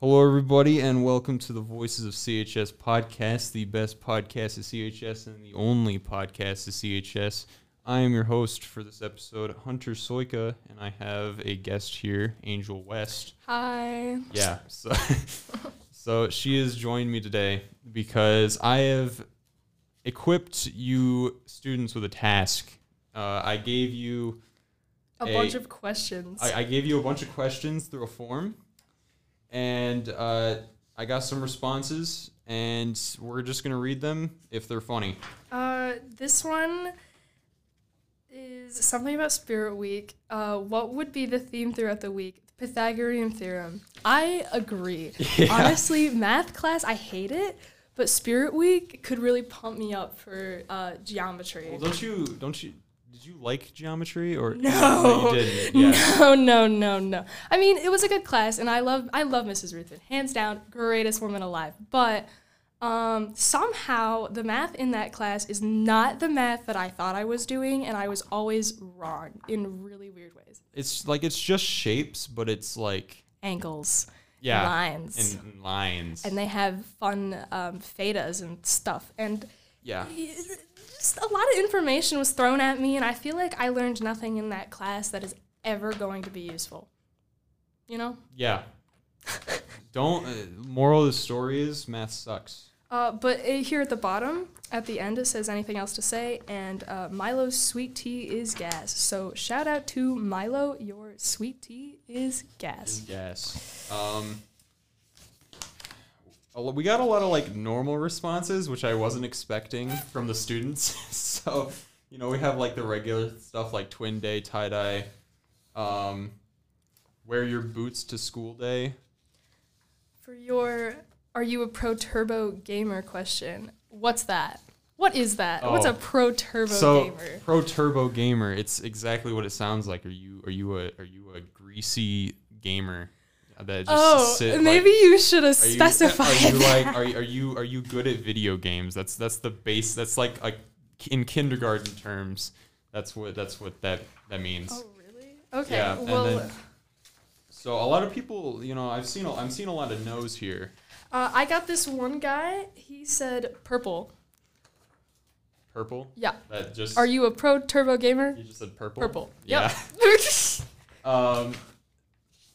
Hello, everybody, and welcome to the Voices of CHS podcast, the best podcast of CHS and the only podcast of CHS. I am your host for this episode, Hunter Soika, and I have a guest here, Angel West. Hi. Yeah, so, so she has joined me today because I have equipped you students with a task. Uh, I gave you A Hey. bunch of questions. I, I gave you a bunch of questions through a form, and uh, I got some responses, and we're just gonna read them if they're funny. uh, this one is something about Spirit Week. Uh, what would be the theme throughout the week? Pythagorean theorem. I agree. Honestly, math class, I hate it, but Spirit Week could really pump me up for uh, geometry. Well, don't you? Don't you? Did you like geometry or No. you didn't. Yeah. No, no, no, no. I mean, it was a good class, and I love, I love Mrs. Ruthven, hands down, greatest woman alive. But um, somehow the math in that class is not the math that I thought I was doing, and I was always wrong in really weird ways. It's like it's just shapes, but it's like Angles, yeah, lines, and, and lines. and they have fun um, thetas and stuff, and yeah, just a lot of information was thrown at me, and I feel like I learned nothing in that class that is ever going to be useful. You know. yeah. don't. Uh, moral of the story is math sucks. Uh, but uh, here at the bottom, at the end, it says anything else to say, and uh, Milo's sweet tea is gas. So shout out to Milo, your sweet tea is gas. Yes. Um, a lo- we got a lot of like normal responses, which I wasn't expecting from the students. so, you know, we have like the regular stuff like twin day, tie dye, um, wear your boots to school day. For your are you a pro turbo gamer question? What's that? What is that? What's Oh. a pro turbo so, gamer? pro turbo gamer. It's exactly what it sounds like. Are you are you a are you a greasy gamer that just Oh, sit, like- maybe you should have Are you- specified. Are you that. like are, you- are you are you good at video games? That's that's the base. That's like like in kindergarten terms. That's what that's what that that means. oh, really? Okay. yeah. well, and then, so a lot of people, you know, I've seen a, I'm seeing a lot of no's here. uh, I got this one guy. He said purple. Purple. Yeah. That just Are you a pro turbo gamer? You just said purple. Purple. Yeah. Yep. Um.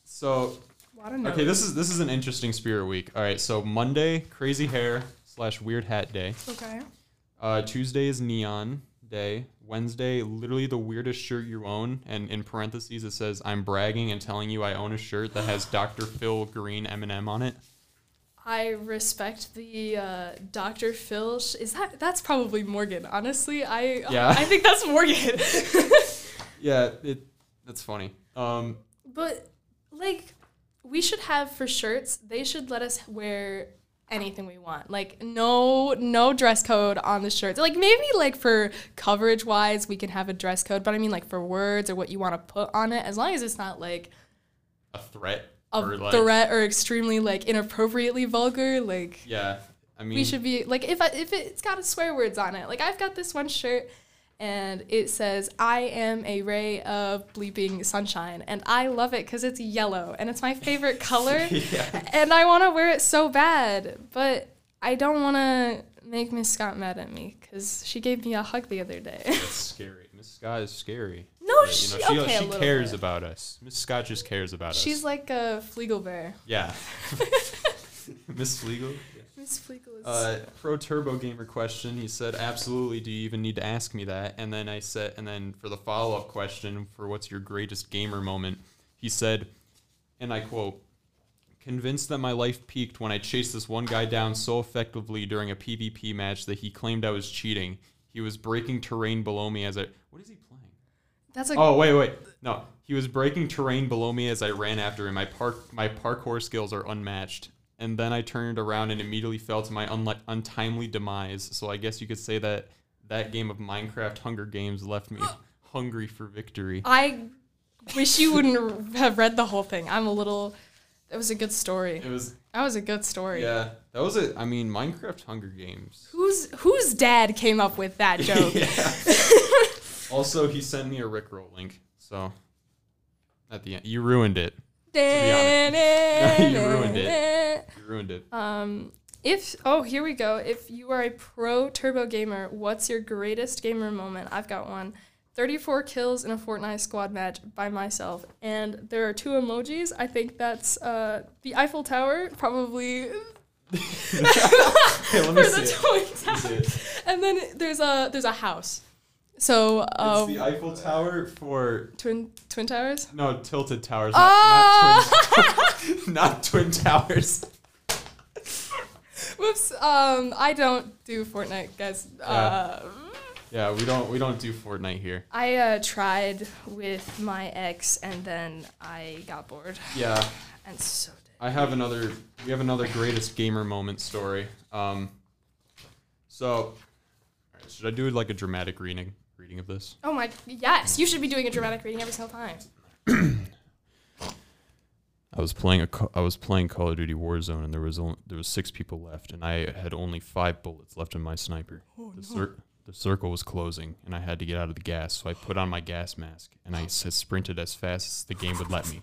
So I don't know. okay, this is this is an interesting spirit week. All right. So Monday, crazy hair slash weird hat day. okay. Uh, Tuesday is neon day. Wednesday, literally the weirdest shirt you own, and in parentheses it says, "I'm bragging and telling you I own a shirt that has Dr. Phil Green M&M on it." I respect the uh, Dr. Phil. Sh- is that that's probably Morgan? Honestly, I Yeah. I think that's Morgan. Yeah, it that's funny. Um, but like, we should have for shirts. They should let us wear anything we want. Like no no dress code on the shirts. Like maybe like for coverage wise, we can have a dress code. But I mean like for words or what you want to put on it, as long as it's not like a threat a or like threat or extremely like inappropriately vulgar. Like yeah, I mean we should be like if I, if it's got swear words on it. Like I've got this one shirt and it says I am a ray of bleeping sunshine and I love it cuz it's yellow and it's my favorite color Yeah. and I want to wear it so bad, but I don't want to make Miss Scott mad at me cuz she gave me a hug the other day. That's scary. Miss Scott is scary. No, But, she- you know, she, okay, a she little cares bit. about us. Miss Scott just cares about us. She's like a Fleagle bear. yeah. Miss Flegel. Miss Fleagle is Uh, pro turbo gamer question. He said, "Absolutely. Do you even need to ask me that?" And then I said, and then for the follow up question for what's your greatest gamer moment, he said, and I quote, "Convinced that my life peaked when I chased this one guy down so effectively during a PvP match that he claimed I was cheating. He was breaking terrain below me as I what is he playing? That's a Oh wait, wait, no. He was breaking terrain below me as I ran after him. My park, my parkour skills are unmatched. And then I turned around and immediately fell to my unli- untimely demise. So I guess you could say that that game of Minecraft Hunger Games left me hungry for victory. I wish you wouldn't have read the whole thing. I'm a little. That was a good story. It was That was a good story. yeah, that was it. I mean, Minecraft Hunger Games. Who's whose dad came up with that joke? Yeah. also, he sent me a Rickroll link. So at the end, you e, ruined it. you You ruined it. ruined it. Um, if oh here we go. If you are a pro turbo gamer, what's your greatest gamer moment? I've got one. 34 kills in a Fortnite squad match by myself, and there are two emojis. I think that's uh, the Eiffel Tower, probably Okay, let for me the see it. Twin Let me see Towers. it. It's And then there's a there's a house. So uh, the Eiffel Tower for twin twin towers. no tilted towers, not, not Oh, twin not twin towers. whoops. Um, I don't do Fortnite, guys. Uh, Yeah, we don't we don't do Fortnite here. I uh, tried with my ex, and then I got bored, Yeah, and so did. I have another. We have another greatest gamer moment story. Um, so, all right, should I do like a dramatic reading reading of this? Oh my! Yes, you should be doing a dramatic reading every single time. I was playing a ca- I was playing Call of Duty Warzone, and there was only, there was six people left, and I had only five bullets left in my sniper. Oh, the, cir- the circle was closing, and I had to get out of the gas, so I put on my gas mask and I s- sprinted as fast as the game would let me.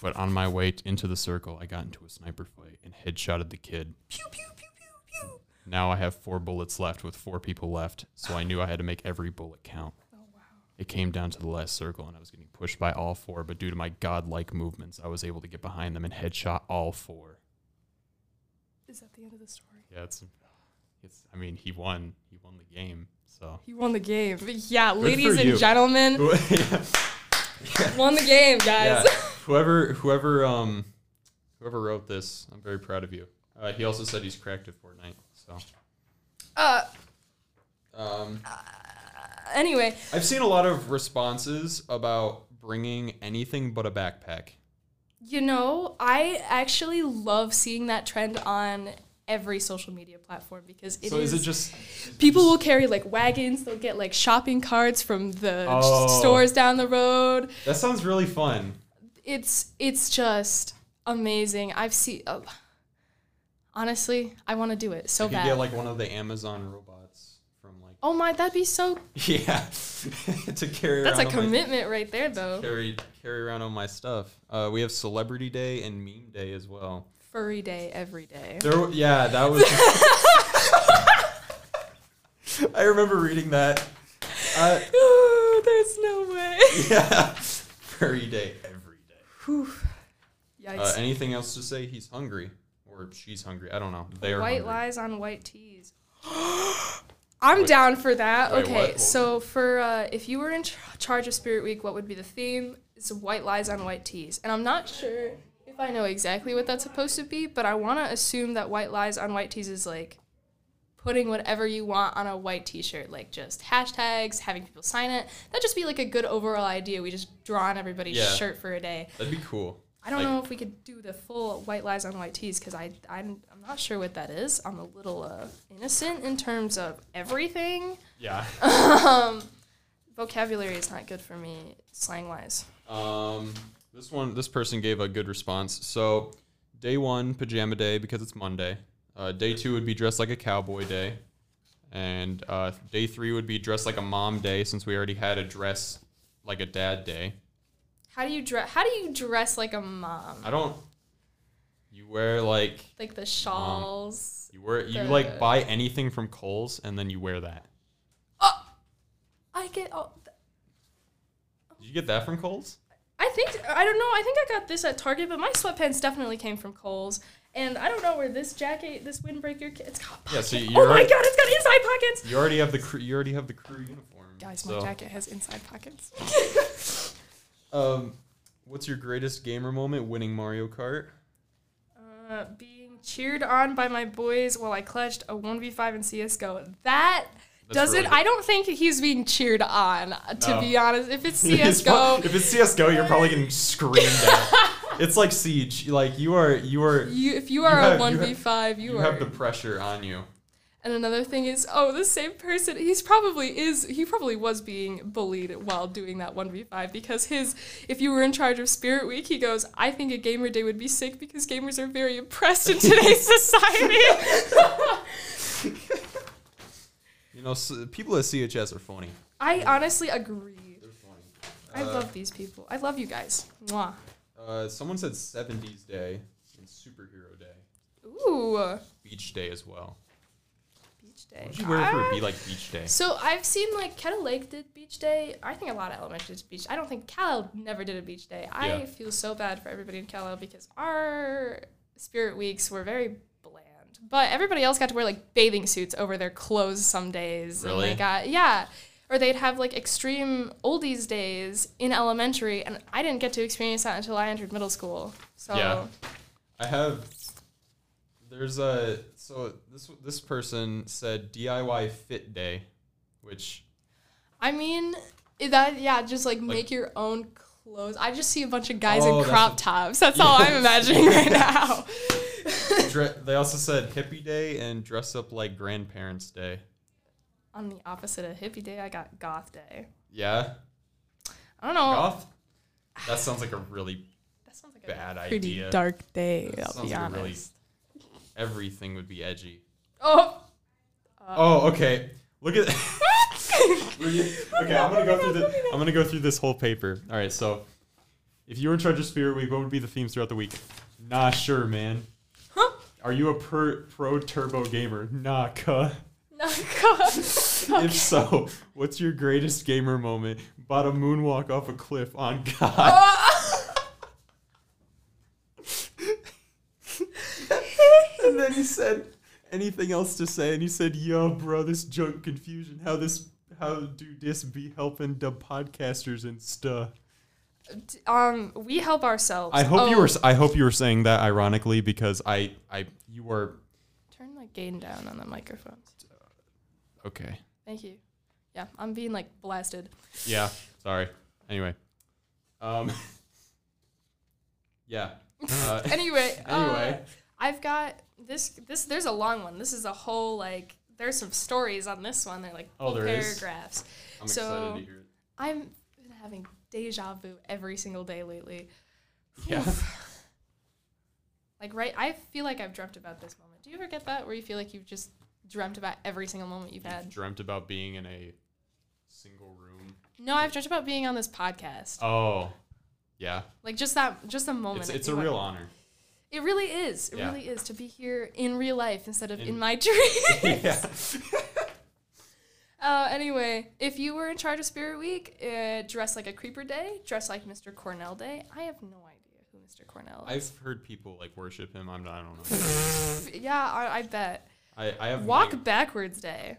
But on my way t- into the circle, I got into a sniper fight and headshotted the kid. Pew pew pew pew pew. Now I have four bullets left with four people left, so I knew I had to make every bullet count. Oh wow! It came down to the last circle, and I was getting pushed by all four, but due to my godlike movements, I was able to get behind them and headshot all four. Is that the end of the story? Yeah, it's, it's. I mean, he won. He won the game. So. He won the game. Yeah, for ladies and you. gentlemen, yeah. won the game, guys. Whoever, whoever, um, whoever wrote this, I'm very proud of you. Uh, he also said he's cracked at Fortnite. So. Uh, Um, anyway, I've seen a lot of responses about bringing anything but a backpack. You know, I actually love seeing that trend on every social media platform because it is so is, it just people will carry like wagons, they'll get like shopping carts from the Oh. stores down the road. that sounds really fun. It's it's just amazing. I've seen uh, Honestly, I want to do it so you could bad. get like one of the Amazon robots from like oh my, that'd be so yeah to carry. That's a around on my- commitment right there though. carry carry around all my stuff. Uh, we have Celebrity Day and Meme Day as well. Furry day every day. There, w- yeah, that was. I remember reading that. Uh, Oh, there's no way. yeah, furry day every day. Whew. Yikes. Uh, anything else to say? He's hungry, or she's hungry. I don't know. They're white hungry. lies on white tees. I'm Wait. down for that. Wait, okay, what? so for uh, if you were in ch- charge of Spirit Week, what would be the theme? It's white lies on white tees, and I'm not sure if I know exactly what that's supposed to be, but I want to assume that white lies on white tees is like putting whatever you want on a white T-shirt, like just hashtags, having people sign it. That'd just be like a good overall idea. We just draw on everybody's Yeah. shirt for a day. That'd be cool. I don't Like- know if we could do the full white lies on white tees because I I'm, I'm not sure what that is. I'm a little uh, innocent in terms of everything. Yeah. um, vocabulary is not good for me slang wise. Um, this one, this person gave a good response. So, day one, pajama day because it's Monday. Uh, day two would be dressed like a cowboy day, and uh, day three would be dressed like a mom day since we already had a dress like a dad day. How do you dress? How do you dress like a mom? I don't. You wear like Like the shawls. you wear you The- like buy anything from Kohl's and then you wear that. Oh, I get. Oh, th- Did you get that from Kohl's? I think I don't know. I think I got this at Target, but my sweatpants definitely came from Kohl's. And I don't know where this jacket, this windbreaker, ca- it's got Yeah, pockets. so oh you're- my god, it's got inside pockets. You already have the crew, you already have the crew uniform. Guys, my so. jacket has inside pockets. Um, what's your greatest gamer moment? Winning Mario Kart. uh, being cheered on by my boys while I clutched a 1v5 in CSGO. That That's doesn't, really- I don't think he's being cheered on, uh, to No. be honest. If it's It's prob- CSGO, if it's CS:GO, you're probably getting screamed at. It's like Siege. Like you are, you are, you, you, if you are have- you a 1v5, you, are. have the pressure on you. and another thing is, oh, the same person, he's probably is, he probably was being bullied while doing that 1v5 because his, if you were in charge of Spirit Week, he goes, I think a gamer day would be sick because gamers are very oppressed in today's society. You know, s people at CHS are funny. I honestly agree. They're funny. I Uh, love these people. I love you guys. Mwah. Uh, someone said '70s Day and Superhero Day. Ooh, beach day as well. beach day. What would you wear for Ah. be like beach day? So I've seen like Kettle Lake did beach day. I think a lot of elementary did beach. I don't think Cal never did a beach day. I Yeah. feel so bad for everybody in Cal because our spirit weeks were very bland. But everybody else got to wear like bathing suits over their clothes some days. And Really? they got yeah. Or they'd have like extreme oldies days in elementary, and I didn't get to experience that until I entered middle school. So Yeah. I have. There's a so this this person said DIY fit day, which I mean, i- that yeah, just like, make your own clothes. I just see a bunch of guys Oh, in that's crop a- tops. That's all I'm imagining right now. dre- they also said hippie day and dress up like grandparents day. On the opposite of hippie day, I got goth day. Yeah, I don't know. goth. That sounds like a really That sounds like bad a idea. dark day. That sounds like a really- Everything would be edgy. Oh, Oh, okay. Look at. okay, I'm gonna go through this. I'm gonna go through this whole paper. All right, so if you were in charge of Spirit Week, what would be the themes throughout the week? Nah, sure, man. Huh? Are you a per, pro turbo gamer? Nah, cuh. no, goth. If so, what's your greatest gamer moment? Bought a moonwalk off a cliff on God. Oh. and then he said, anything else to say? And he said, yo, bro, this junk confusion. How this? How do this be helping the podcasters and stuff? um, we help ourselves. I hope you were. Oh, I hope you were saying that ironically because I. I. You were. turn like gain down on the microphones. Okay. Thank you. Yeah, I'm being like blasted. Yeah. Sorry. Anyway. Um. Yeah. Uh, anyway, uh, Anyway. I've got this. This there's a long one. This is a whole like. There's some stories on this one. They're like Oh, whole there is? paragraphs. I'm so- excited to hear it. I'm been having deja vu every single day lately. Yeah. Oof. like right, I feel like I've dreamt about this moment. Do you ever get that where you feel like you've just dreamt about every single moment you've You've had? dreamt about being in a single room. No, I've dreamt about being on this podcast. Oh. Yeah. Like just that, just a moment. It's I it's a think real about- honor. It really is. It Yeah. really is to be here in real life instead of in, In- my dreams. yeah. Uh, anyway, if you were in charge of Spirit Week, uh, dress like a Creeper Day, dress like Mr. Cornell Day. I have no idea who Mr. Cornell is. I've heard people like worship him. I'm not, I don't know. yeah, I, I bet. I, I have Walk my- backwards day.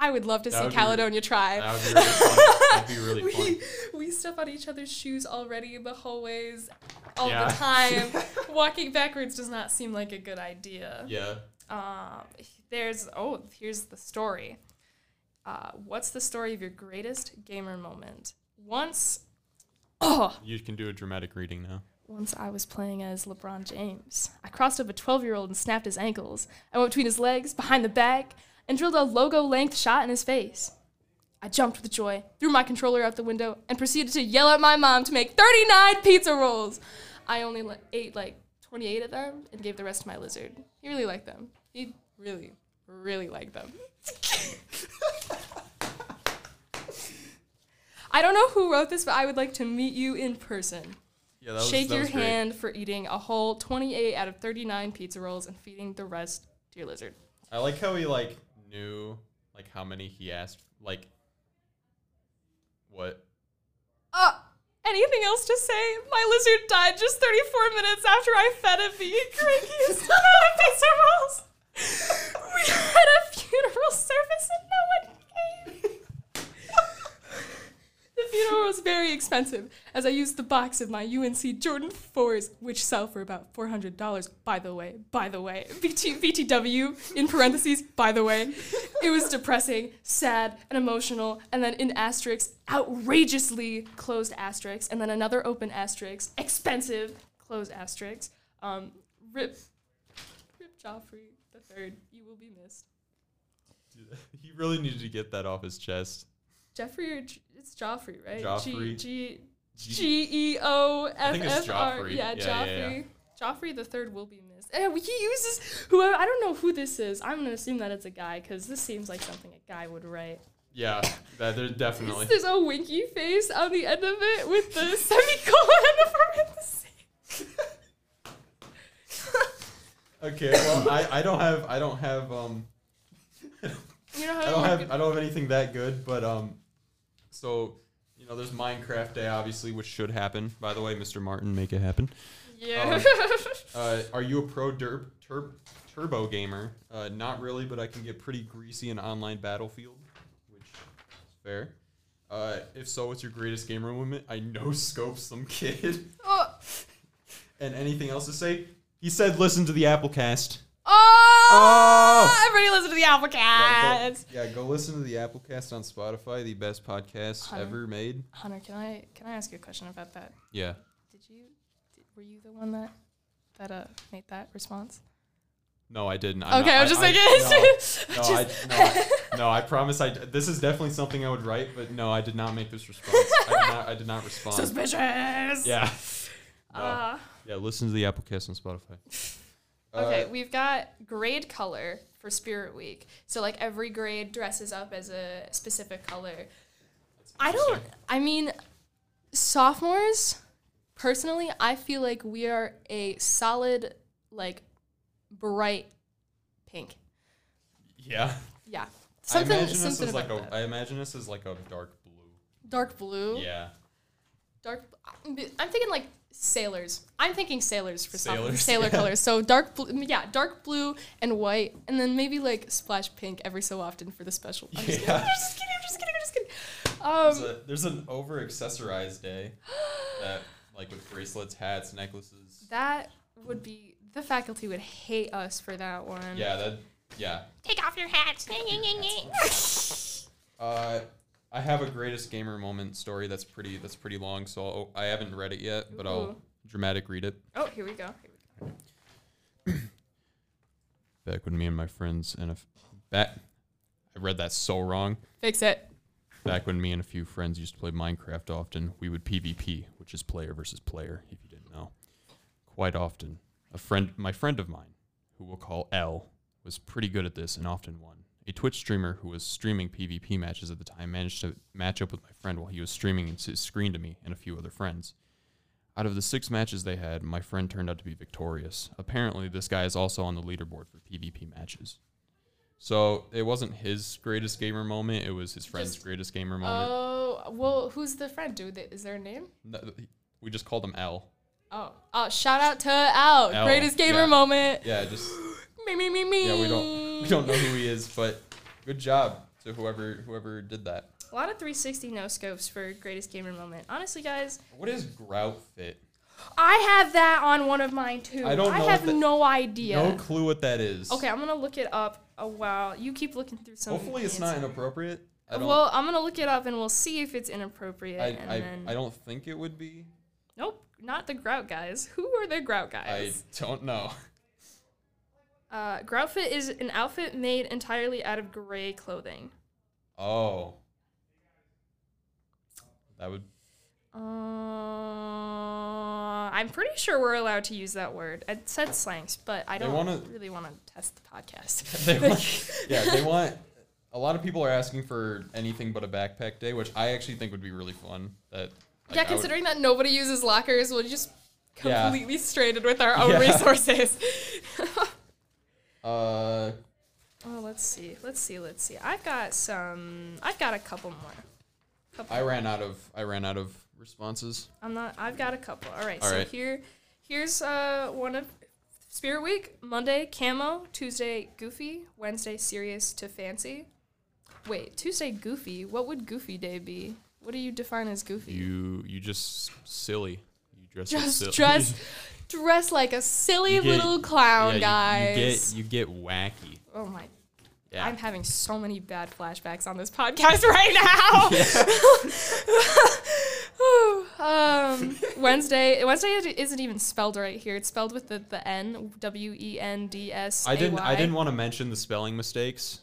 I would love to That see would be- Caledonia Tribe. That would be really fun. That'd be really fun. we, we step on each other's shoes already in the hallways all Yeah. the time. Walking backwards does not seem like a good idea. Yeah. Um, there's oh, here's the story. Uh, what's the story of your greatest gamer moment? Once, oh, You can do a dramatic reading now. once I was playing as LeBron James. I crossed up a 12-year-old and snapped his ankles. I went between his legs, behind the back, and drilled a logo-length shot in his face. I jumped with joy, threw my controller out the window, and proceeded to yell at my mom to make 39 pizza rolls. I only li- ate like 28 of them and gave the rest to my lizard. He really liked them. He really, really liked them. I don't know who wrote this, but I would like to meet you in person. Yeah, that was, Shake that your was great. hand for eating a whole 28 out of 39 pizza rolls and feeding the rest to your lizard. I like how he like knew like how many he asked like what Uh, anything else to say? My lizard died just 34 minutes after I fed it the crankiest amount of pizza rolls. We had a funeral service and no one came. The funeral was very expensive, as I used the box of my UNC Jordan 4s, which sell for about $400, by the way, by the way. BT, BTW, in parentheses, by the way. It was depressing, sad, and emotional, and then in asterisks, outrageously closed asterisks, and then another open asterisk, expensive, closed asterisks. Um, rip, rip Joffrey the third, you will be missed. he really needed to get that off his chest. Jeffrey or J- it's Joffrey, right? Joffrey. G, G, G- G E O F think it's F R. Joffrey. Yeah, Yeah, yeah, yeah. Joffrey. Joffrey the third will be missed. And he uses whoever. I don't know who this is. I'm gonna assume that it's a guy because this seems like something a guy would write. Yeah, that there definitely. There's a winky face on the end of it with the semicolon and the parentheses. Okay, well, I, I don't have I don't have um You know how I don't you- have I don't have anything that good, but um, so you know, there's Minecraft Day, obviously, which should happen. By the way, Mr. Martin, make it happen. Yeah. Uh, are you a pro derp, turb, turbo gamer? Uh, not really, but I can get pretty greasy in online Battlefield, which is fair. Uh, if so, what's your greatest gamer moment? I no scope some kid. oh. and anything else to say? He said, "Listen to the Applecast." oh! Oh! Everybody listen to the Yeah, go, Applecats. yeah, go listen to the Applecast on Spotify, the best podcast Hunter. ever made. Hunter, can I can I ask you a question about that? Yeah. Did you did, were you the one that that uh made that response? No, I didn't. I'm okay, not- I was just I- like No, no, just- I, no, I, no, I promise. I d- this is definitely something I would write, but no, I did not make this response. I did not, I did not respond. suspicious. yeah, No. Uh, yeah. Listen to the Applecast on Spotify. okay, Uh, we've got grade color for Spirit Week. So like every grade dresses up as a specific color. I don't I mean sophomores personally I feel like we are a solid like bright pink. yeah. Yeah. I imagine this something is like a. I about that. imagine this is like a dark blue. dark blue. Yeah. Dark. I'm thinking like sailors. I'm thinking sailors for sailors, Sailors, sailor yeah. colors. So dark blue, yeah, dark blue and white, and then maybe like splash pink every so often for the special. I'm just kidding. I'm Yeah. just kidding. I'm just kidding. I'm just kidding. There's, Um, a, there's an over accessorized day that like with bracelets, hats, necklaces. that would be the faculty would hate us for that one. Yeah. That. Yeah. Take off your hats. Uh, I have a greatest gamer moment story that's pretty that's pretty long, so I'll, I haven't read it yet, but I'll Ooh. dramatic read it. Oh, here we go. Here we go. Back when me and my friends and a f- back, I read that so wrong. Fix it. Back when me and a few friends used to play Minecraft often, we would PvP, which is player versus player, if you didn't know. Quite often, a friend, my friend of mine, who we'll call L, was pretty good at this and often won. A Twitch streamer who was streaming PvP matches at the time managed to match up with my friend while he was streaming into his screen to me and a few other friends. Out of the six matches they had, my friend turned out to be victorious. Apparently, this guy is also on the leaderboard for PvP matches. So it wasn't his greatest gamer moment; it was his friend's Just- greatest gamer moment. Oh, well, who's the friend? Do they, is there a name? No, th- we just called him L. Oh, oh, shout out to Al. Al, Greatest gamer yeah. moment. Yeah, just Me me me me. yeah, we don't we don't know who he is, but good job to whoever whoever did that. A lot of 360 no scopes for greatest gamer moment. Honestly, guys, What is grout fit? I have that on one of mine too. I don't know have what the- no idea. No clue what that is. okay, I'm gonna look it up. Oh wow, you keep looking through some. Hopefully it's not inappropriate. I don't well, I'm gonna look it up and we'll see if it's inappropriate. I, and I, then I don't think it would be. nope, not the grout guys. Who are the grout I guys? don't know. Uh, groutfit is an outfit made entirely out of gray clothing. Oh. That would Uh, I'm pretty sure we're allowed to use that word. It said slangs, but I They don't wanna- really want to test the podcast. they want, Yeah, they want a lot of people are asking for anything but a backpack day, which I actually think would be really fun. That like, yeah, I would- considering that nobody uses lockers, we're just Yeah. completely stranded with our own Yeah. resources. oh, uh let's see. Let's see. Let's see. I've got some. I've got a couple more. Couple. I ran out of I ran out of responses. I'm not. I've got a couple. All right. All so right. here, here's uh one of Spirit Week. Monday camo. Tuesday goofy. Wednesday serious to fancy. Wait, Tuesday goofy. What would goofy day be? What do you define as goofy? You you just silly. You dress up just silly. dress, dress like a silly You get- little clown, Yeah, you- guys. You, get you get wacky. oh my. Yeah. I'm having so many bad flashbacks on this podcast right now. um, Wednesday. Wednesday isn't even spelled right here. It's spelled with the, the N W E N D S. I didn't I didn't want to mention the spelling mistakes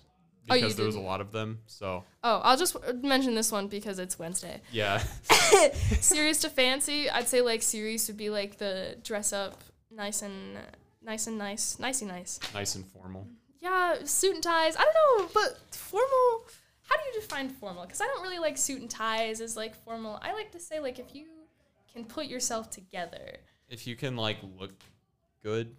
Oh, you because there was a didn't. lot of them. So Oh, I'll just mention this one because it's Wednesday. yeah. serious to fancy, I'd say like serious would be like the dress up, nice and nice and nice, nicey nice. nice and formal. Yeah, suit and ties. I don't know, but formal. How do you define formal? Because I don't really like suit and ties as like formal. I like to say like if you can put yourself together. If you can like look good,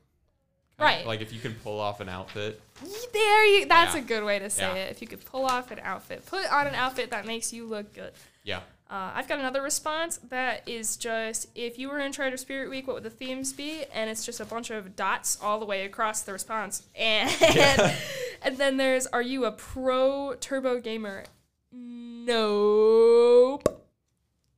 Right. Like if you can pull off an outfit. Ye- There you. That's Yeah. a good way to say Yeah. it. If you could pull off an outfit, put on an outfit that makes you look good. Yeah. Uh, I've got another response that is just if you were in Charter Spirit Week, what would the themes be? And it's just a bunch of dots all the way across the response. And and then there's are you a pro turbo gamer? Nope.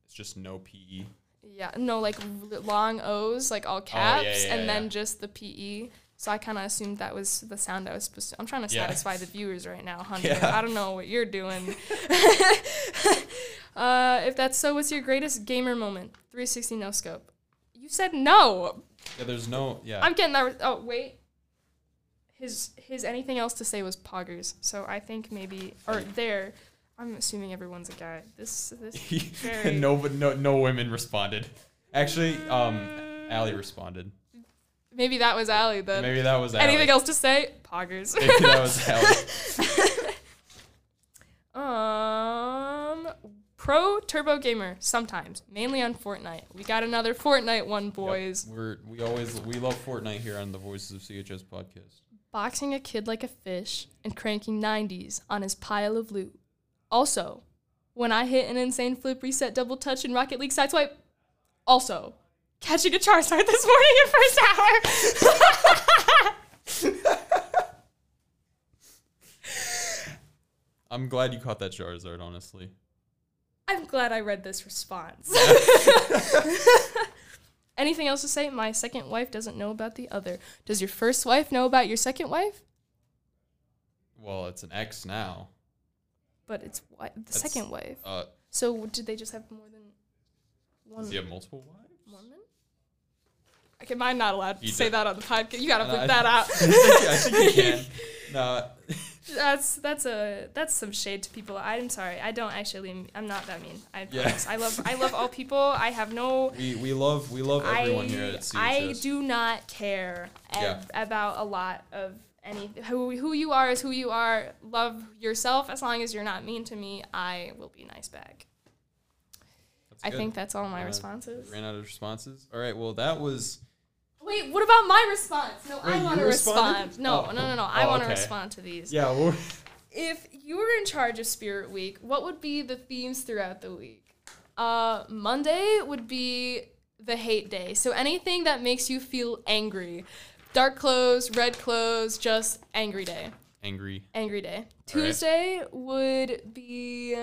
It's just no E. PE. Yeah, no, like r- long O's, like all caps, Oh, yeah, and then yeah. just the PE. So I kind of assumed that was the sound I was supposed to. I'm trying to Yeah. satisfy the viewers right now, Hunter. Yeah. I don't know what you're doing. uh, if that's so, what's your greatest gamer moment? 360 no scope. You said no. Yeah, there's no yeah. I'm getting that. Re- oh wait. His his anything else to say was poggers. So I think maybe or there. I'm assuming everyone's a guy. This this very- no, but no, no women responded. Actually, um, Allie responded. maybe that was Allie then. Maybe that was Allie. Anything else to say? Poggers. Maybe that was Allie. um, pro turbo gamer sometimes, mainly on Fortnite. We got another Fortnite one, boys. Yep. We're we always we love Fortnite here on the Voices of CHS podcast. Boxing a kid like a fish and cranking 90s on his pile of loot. Also, when I hit an insane flip reset double touch in Rocket League side swipe. Also, catching a Charizard this morning in first hour. I'm glad you caught that Charizard, honestly. I'm glad I read this response. Anything else to say? My second wife doesn't know about the other. Does your first wife know about your second wife? Well, it's an X now. But it's wi- the second wife. Uh, So w- did they just have more than one does he have multiple wives? woman? Okay, mine not allowed to You say did- that on the podcast. You gotta No, bleep I- that out. I think he can. No, that's that's a that's some shade to people. I'm sorry. I don't actually. I'm not that mean. I Yeah. promise. I love I love all people. I have no. we, we love we love everyone I, here at CHS. I do not care ab- Yeah. about a lot of any who, who you are is who you are. Love yourself as long as you're not mean to me. I will be nice back. That's I good. think that's all my Uh, responses. Ran out of responses. All right. Well, that was. Wait, what about my response? No, Wait, I want to you responded? respond. No, Oh. no, no, no. I Oh, want to okay. respond to these. Yeah. Well, If you were in charge of Spirit Week, what would be the themes throughout the week? Uh, Monday would be the hate day. So anything that makes you feel angry. Dark clothes, red clothes, just angry day. angry. Angry day. Tuesday would be.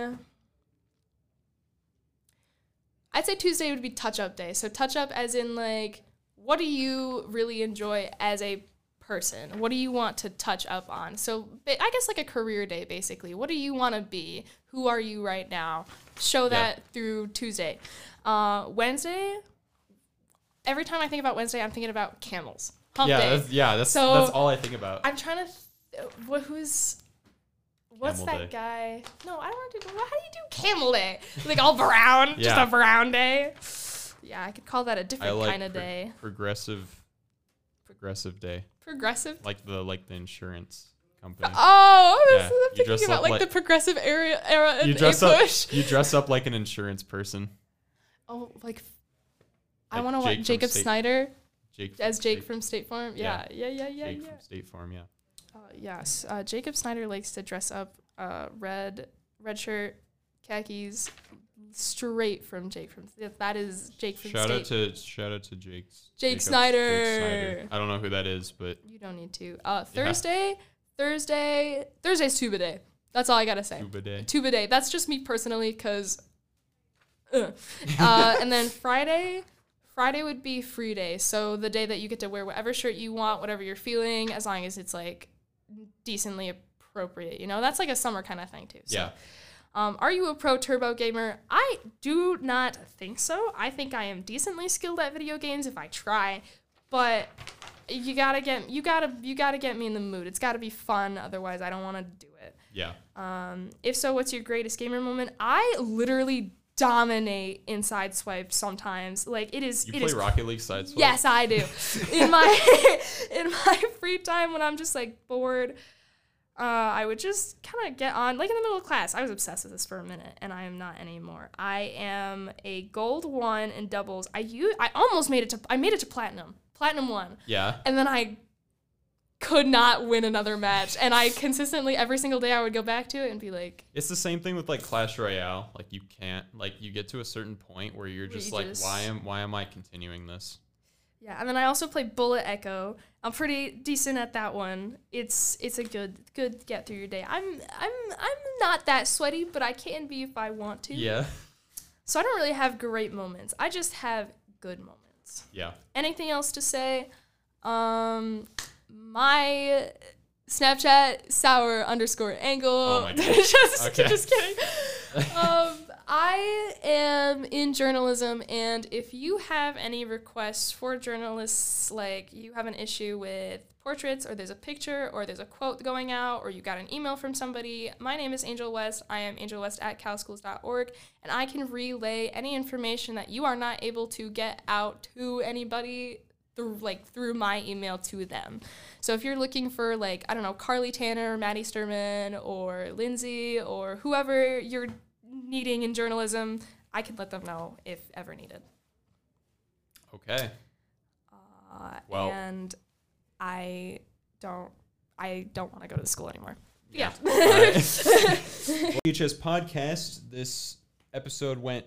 I'd say Tuesday would be touch up day. So touch up as in like, what do you really enjoy as a person? What do you want to touch up on? So ba- I guess like a career day basically. What do you want to be? Who are you right now? Show that through Tuesday. Uh, Wednesday. Every time I think about Wednesday, I'm thinking about camels. Hump yeah. day. That's, yeah. That's So- that's all I think about. I'm trying to. Th- what who's? What's Camel that guy? No, I don't want to do. How do you do camel day? Like all brown, just Yeah. a brown day. Yeah, I could call that a different kind of pro- day. progressive progressive day Progressive. like the like the insurance company Oh, I was Yeah, you thinking dress about up like, like- the progressive era era in you dress Ape up Bush. you dress up like an insurance person Oh, like, I Like want to watch Jake from Jacob State- Snyder jake as Jake from State Farm. Yeah, Yeah. yeah, yeah, yeah, Jake yeah. from state farm yeah Uh, yes, uh, Jacob Snyder likes to dress up uh, red red shirt, khakis, straight from Jake from that- that is Jake from shout State. out to shout out to jake's Jake Jacob's- Snyder. i don't know who that is but you don't need to. Uh, Thursday, Thursday, Thursday's tuba day. That's all I gotta say. Tuba Day. Tuba day. That's just me personally, cause. Uh. Uh, and then Friday, Friday would be free day. So the day that you get to wear whatever shirt you want, whatever you're feeling, as long as it's like decently appropriate. You know, that's like a summer kind of thing too. So. yeah Um, are you a pro turbo gamer? I do not think so. I think I am decently skilled at video games if I try, but you gotta get you gotta you gotta get me in the mood. It's gotta be fun, otherwise I don't want to do it. yeah Um, if so, what's your greatest gamer moment? I literally dominate inside swipe sometimes. Like it is you it play is rocket league side Swipe? Yes, I do. In my in my free time when I'm just like bored, uh, I would just kind of get on like in the middle of class. I was obsessed with this for a minute, and I am not anymore. I am a gold one in doubles. I u- I almost made it to I made it to platinum, platinum one, yeah and then I could not win another match. And I consistently, every single day, I would go back to it and be like, It's the same thing with like Clash Royale. Like you can't like you get to a certain point where you're Where just you like, just- why am why am I continuing this? yeah. And then I also play Bullet Echo. I'm pretty decent at that one. It's it's a good good get through your day. I'm I'm I'm not that sweaty, but I can be if I want to. Yeah. So I don't really have great moments. I just have good moments. Yeah. anything else to say? Um, my Snapchat sour underscore angle. Oh my gosh. just, Okay. just kidding. um, I am in journalism, and if you have any requests for journalists, like you have an issue with portraits, or there's a picture, or there's a quote going out, or you got an email from somebody, my name is Angel West. I am Angel West at calschools.org, and I can relay any information that you are not able to get out to anybody through like through my email to them. So if you're looking for like I don't know Carly Tanner, Maddie Sturman, or Lindsay, or whoever you're needing in journalism, I can let them know if ever needed. Okay. Uh, Wow. And I don't I don't want to go to school anymore. Yeah. Yeah. VHS podcast. This episode went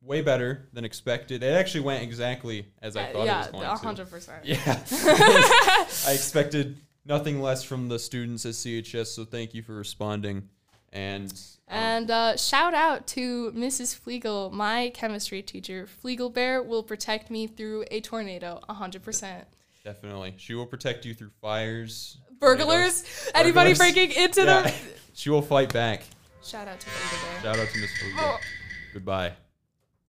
way better than expected. It actually went exactly as I thought Uh, yeah, it was going a to. hundred percent. Yeah. I expected nothing less from the students at CHS, so thank you for responding. And um, And uh, shout out to Mrs. Flegel, my chemistry teacher. Flegel Bear will protect me through a tornado, a 100%. definitely, she will protect you through fires, Burglars, anybody Burglars. breaking into tornadoes. the. Yeah. she will fight back. Shout out to Flegel Bear. Shout out to Miss Fugel. Oh. Goodbye.